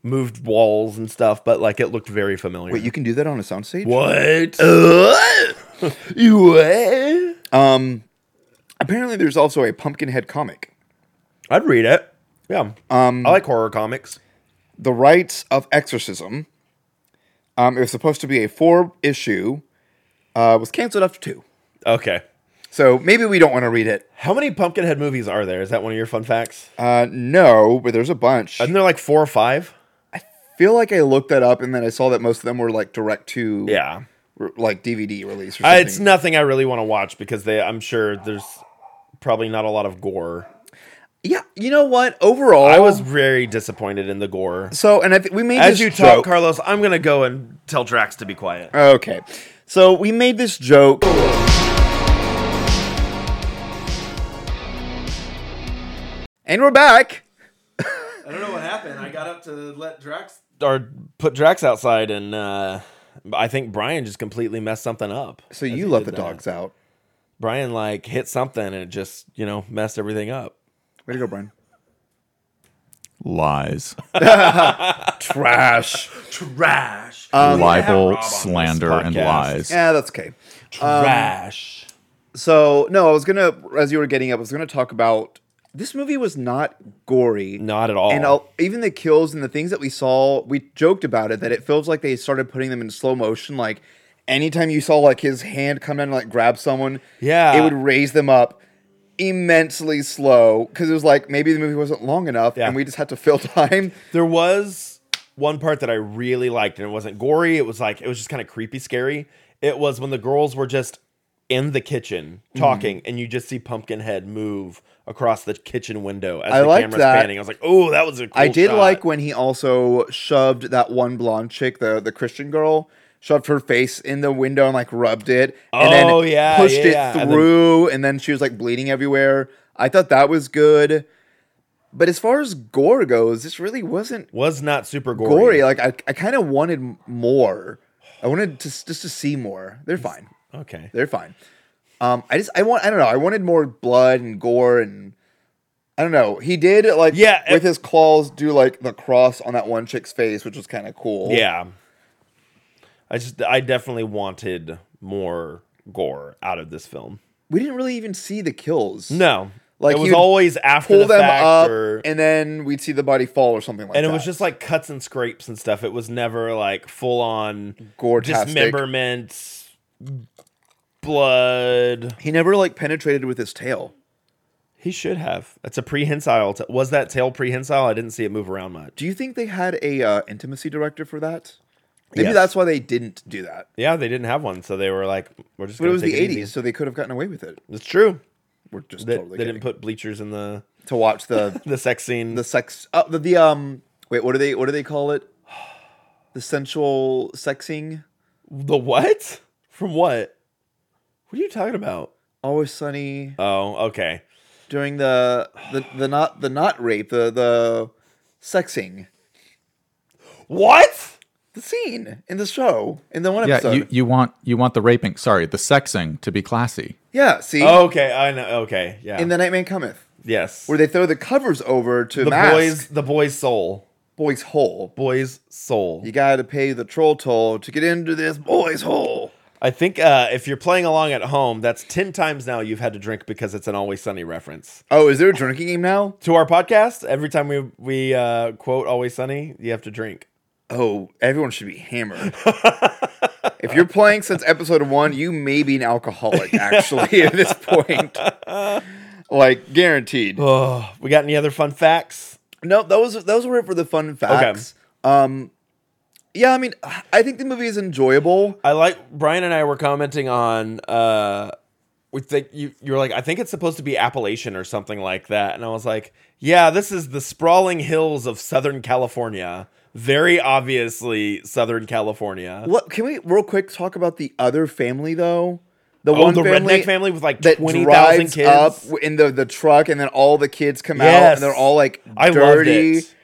moved walls and stuff, but like it looked very familiar.
wait, you can do that on a soundstage.
what?
[laughs] You what? Um, apparently there's also a Pumpkinhead comic.
I'd read it. Yeah. Um, I like horror comics.
The Rites of Exorcism. Um, it was supposed to be a four issue. Uh, was canceled after two.
Okay.
So maybe we don't want to read it.
How many Pumpkinhead movies are there? Is that one of your fun facts?
Uh, no, but there's a bunch.
Isn't
I
there like four or five?
feel like I looked that up and then I saw that most of them were like direct to
Yeah.
re- like DVD release or
Uh,
something.
it's nothing I really want to watch because they, I'm sure there's probably not a lot of gore.
yeah, you know what? Overall,
I was very disappointed in the gore.
so, and I think we made
As
this
you talk,
joke-
Carlos, I'm going to go and tell Drax to be quiet.
Okay. So we made this joke. And we're back.
I don't know what happened. I got up to let Drax or put Drax outside, and uh, I think Brian just completely messed something up.
So
as
you
he
let
did
the
that.
dogs out.
Brian like hit something and it just you know messed everything up.
Way to go, Brian.
lies,
[laughs]
Trash.
Trash.
Um,
libel,
on this
slander, and
podcast.
lies.
yeah, that's okay. Um,
Trash.
So no, I was gonna as you were getting up, I was gonna talk about this movie was not gory.
Not at all.
And i even the kills and the things that we saw, we joked about it that it feels like they started putting them in slow motion. Like anytime you saw like his hand come in and like grab someone,
Yeah.
it would raise them up immensely slow because it was like maybe the movie wasn't long enough
Yeah.
and we just had to fill [laughs] time.
There was one part that I really liked, and it wasn't gory. It was like it was just kind of creepy, scary. It was when the girls were just in the kitchen
Mm-hmm.
talking, and you just see Pumpkinhead move across the kitchen window as
I
the
liked
camera's
that.
panning. I was like, "Oh, that was a cool
I did
shot."
like when he also shoved that one blonde chick, the the Christian girl, shoved her face in the window and like rubbed it. and
Oh, yeah,
pushed
yeah,
it
yeah. And then-
through, and then, she was like bleeding everywhere. I thought that was good. But as far as gore goes, this really wasn't
was not super gory.
gory. Like I, I kind of wanted m- more. I wanted to s- just to see more. They're fine.
okay,
They're fine. Um, I just I want I don't know. I wanted more blood and gore and I don't know. He did like
Yeah,
with
it-
his claws do like the cross on that one chick's face, which was kind of cool.
yeah. I just I definitely wanted more gore out of this film.
we didn't really even see the kills.
No,
Like,
it was
you'd
always after
pull
the
them
fact
up
or-
and then we'd see the body fall or something like
and
that.
it was just like cuts and scrapes and stuff. It was never like full on
Gore-tastic.
dismemberment, blood.
he never like penetrated with his tail.
He should have. That's a prehensile. ta- was that tail prehensile? I didn't see it move around much.
Do you think they had a uh, intimacy director for that? Maybe
Yes.
that's why they didn't do that.
Yeah, they didn't have one, so they were like, "We're just."
But it
gonna
was the
take it
'80s,
easy.
so they could have gotten away with it.
It's true.
We're just
They,
totally
they
kidding.
didn't put bleachers in the
to
[laughs]
watch the
the sex scene.
the sex uh, the, the um wait what do they what do they call it the sensual sexing
the what? From what? What are you talking about?
always sunny
Oh, okay.
during the the, the not the not rape the the sexing
What?
the scene in the show in the one
Yeah,
episode
you, you want you want the raping, sorry, the sexing to be classy.
yeah see
Okay, I know. Okay, Oh, yeah.
in the nightman cometh
yes,
where they throw the covers over to
the
mask
boys, the boys' soul.
boy's hole
boy's soul.
you gotta pay the troll toll to get into this boy's hole
I think uh, if you're playing along at home, that's 10 times now you've had to drink because it's an Always Sunny reference.
oh is there a drinking game now
To our podcast, every time we, we uh, quote Always Sunny, you have to drink.
Oh, everyone should be hammered. [laughs] if you're playing since episode one, you may be
[laughs]
an alcoholic, actually, at this point. Like, guaranteed.
Oh, we got any other fun facts?
No, those those were it for the fun facts. Um yeah, I mean, I think the movie is enjoyable.
I like Brian and I were commenting on uh we think you you're like I think it's supposed to be Appalachian or something like that and I was like, yeah, this is the sprawling hills of Southern California. Very obviously Southern California.
What can we real quick talk about the other family though? The
Oh,
one
the redneck family with like
that
twenty thousand
drives
kids.
up in the, the truck, and then all the kids come out,
Yes.
and they're all like dirty.
I loved it.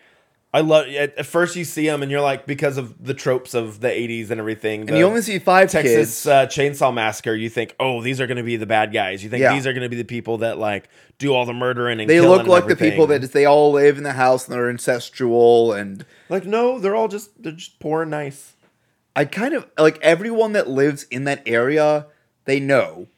I love. At, at first, you see them, and you're like, because of the tropes of the '80s and everything.
And you only see five
Texas
kids.
uh, Chainsaw Massacre. You think, oh, these are going to be the bad guys. You think
Yeah.
these are going to be the people that like do all the murdering and
They
killing
look
and
like the people
everything.
that they all live in the house and they're incestual and
like. No, they're all just they're just poor and nice.
I kind of like everyone that lives in that area, they know.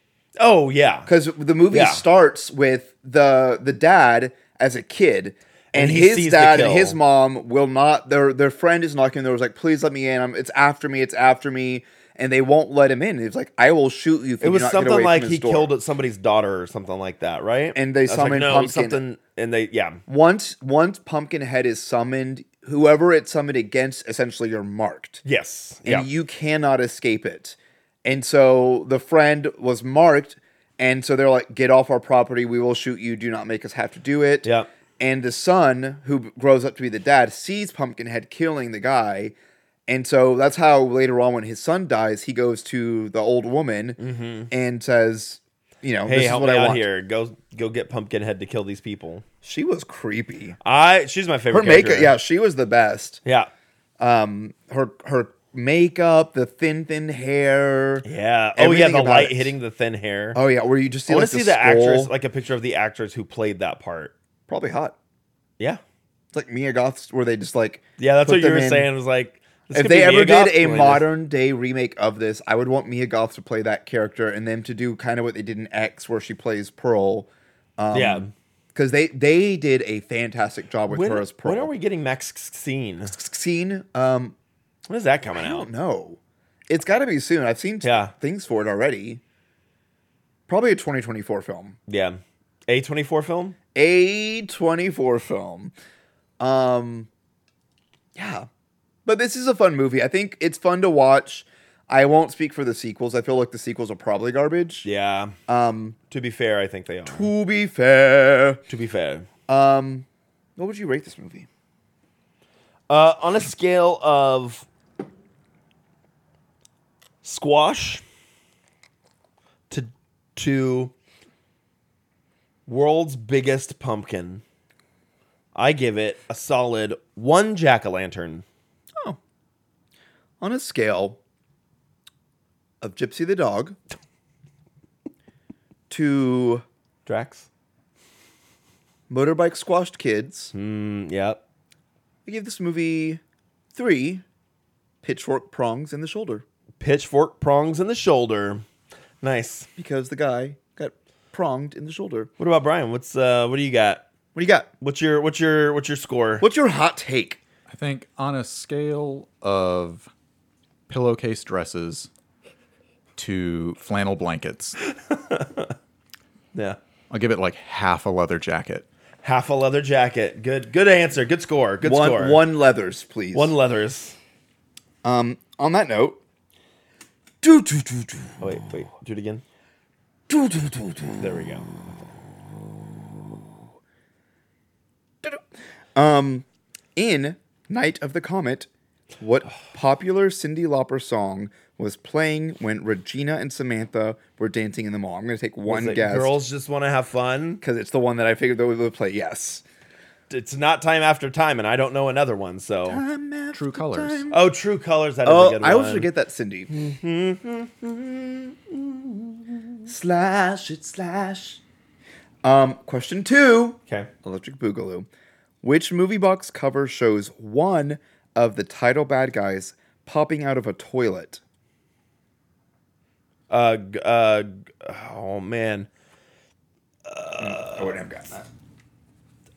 Oh yeah,
Cuz the movie
Yeah.
starts with the the dad as a kid and,
And he
his
sees the
dad and
kill.
his mom will not their their friend is knocking on the door is like please let me in. I'm, it's after me. It's after me. And they won't let him in. He's like, I will shoot you if
it
you do
was
not get away
something
from
like
this
he
door."
killed somebody's daughter or something like that, right?
And they
I was like,
summoned
no,
Pumpkin.
something, and they yeah.
Once once Pumpkinhead is summoned, whoever it's summoned against, essentially you're marked.
Yes.
and
Yeah.
you cannot escape it. And so the friend was marked, and so they're like, "Get off our property. We will shoot you. Do not make us have to do it."
Yeah.
And the son, who grows up to be the dad, sees Pumpkinhead killing the guy, and so that's how later on, when his son dies, he goes to the old woman and says, "You know,
Mm-hmm. Hey,
this is
help
what
me
I
out
want."
here. Go, go get Pumpkinhead to kill these people.
She was creepy.
I she's my favorite.
Her makeup,
character.
yeah, she was the best.
yeah,
Her her makeup, the thin thin hair.
yeah. Oh yeah,
Everything
the
about
light
it.
hitting the thin hair.
Oh yeah, where you just see
I want
like,
to see the actress,
skull.
like a picture of the actress who played that part.
probably hot.
Yeah,
It's like Mia Goth's, where they just like
Yeah, that's what
put
you
them
were
in.
saying. Was like this
If
could
they
be
ever
Mia
did
Goth
a
doing this.
modern day remake of this, I would want Mia Goth to play that character and them to do kind of what they did in X, where she plays Pearl. Um,
yeah.
because they they did a fantastic job with
When,
her as Pearl.
when are we getting Maxine?
seen? Um,
When is that coming
I
out?
don't know. It's got to be soon. I've seen t-
Yeah.
things for it already. Probably a 2024 film.
Yeah, a twenty four film.
A 24 film. Um yeah. But this is a fun movie. I think it's fun to watch. I won't speak for the sequels. I feel like the sequels are probably garbage.
Yeah.
Um
To be fair, I think they are.
to be fair.
To be fair.
Um what would you rate this movie?
Uh, on a scale of squash to to world's biggest pumpkin, I give it a solid one jack o' lantern.
On a scale of Gypsy
[laughs]
the dog to
Drax.
motorbike squashed kids.
Mm, yep.
I give this movie 3 pitchfork prongs in the shoulder.
Pitchfork prongs in the shoulder. Nice.
because the guy got pronged in the shoulder.
What about Brian? What's uh? What do you got?
What do you got?
What's your what's your what's your score?
What's your hot take?
I think on a scale of pillowcase dresses to flannel blankets,
Yeah.
I'll give it like half a leather jacket.
Half a leather jacket. Good good answer. Good score. Good
one
score.
one leathers, please.
One leathers.
um on that note. Do do do do
Oh, wait, wait. Do it again.
do do do do.
There we go.
Um in Night of the Comet, what popular Cindy Lauper song was playing when Regina and Samantha were dancing in the mall? I'm gonna take
Is
one
it
guess.
Girls just want to have fun.
Because it's the one that I figured that we would play. Yes.
It's not time after time, and I don't know another one. So.
True colors.
Oh, True Colors. That is a
Oh,
good one.
I always forget that Cindy. slash it slash. Um, question two,
Okay.
Electric Boogaloo. Which movie box cover shows one of the title bad guys popping out of a toilet?
Uh, g- uh. g- Oh man.
I wouldn't have gotten that.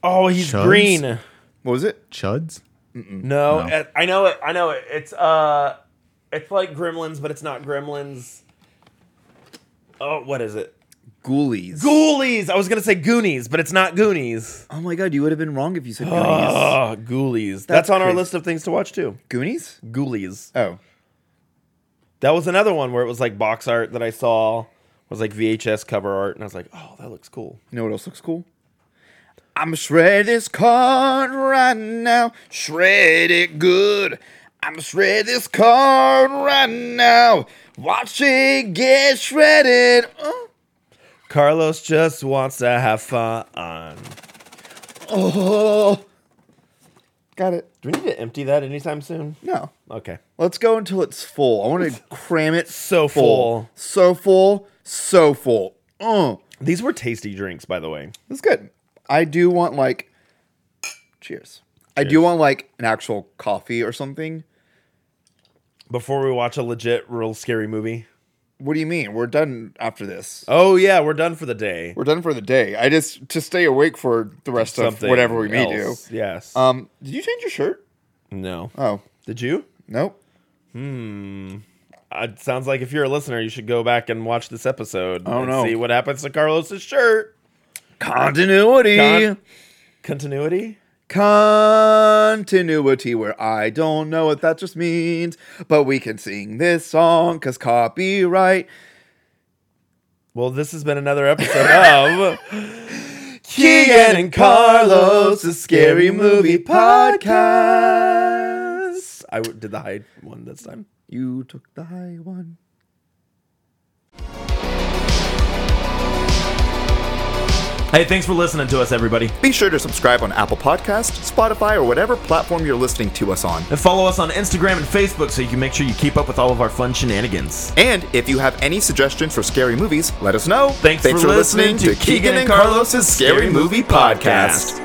Oh, he's
Chuds?
green.
What was it?
Chuds?
No,
No.
uh, I know it. I know it. It's uh, it's like Gremlins, but it's not Gremlins. Oh, what is it?
Ghoulies.
Ghoulies. I was gonna say Goonies, but it's not Goonies.
oh my god, you would have been wrong if you said Goonies. [gasps]
Oh, Ghoulies. That's,
That's
on our
crazy.
list of things to watch too.
Goonies?
Ghoulies.
Oh.
That was another one where it was like box art that I saw was like VHS cover art, and I was like, oh, that looks cool.
You know what else looks cool? I'm shred this card right now. Shred it good. I'm shred this card right now. Watch it get shredded. Uh,
Carlos just wants to have fun.
Oh. Got it.
Do we need to empty that anytime soon?
No.
Okay.
Let's go until it's full. I want to cram it
So full.
So full. So full. Uh,
These were tasty drinks, by the way.
That's good. I do want like cheers. I do want like an actual coffee or something.
Before we watch a legit, real scary movie.
What do you mean? We're done after this.
Oh yeah, we're done for the day.
We're done for the day. I just to stay awake for the rest of whatever we may do.
else. Yes.
Um, did you change your shirt?
no.
Oh,
Did you?
nope.
Uh, It sounds like if you're a listener, you should go back and watch this episode
Oh,
and
no.
see what happens to Carlos's shirt.
Continuity.
Con- Continuity?
Continuity where I don't know what that just means, but we can sing this song cuz copyright.
Well, this has been another episode of
[laughs] Keegan and Carlos, a scary movie podcast.
I w- did the high one this time.
You took the high one.
Hey, thanks for listening to us, everybody.
Be sure to subscribe on Apple Podcasts, Spotify, or whatever platform you're listening to us on.
And follow us on Instagram and Facebook so you can make sure you keep up with all of our fun shenanigans.
And if you have any suggestions for scary movies, let us know.
Thanks for listening to Keegan and Carlos's Scary Movie Podcast.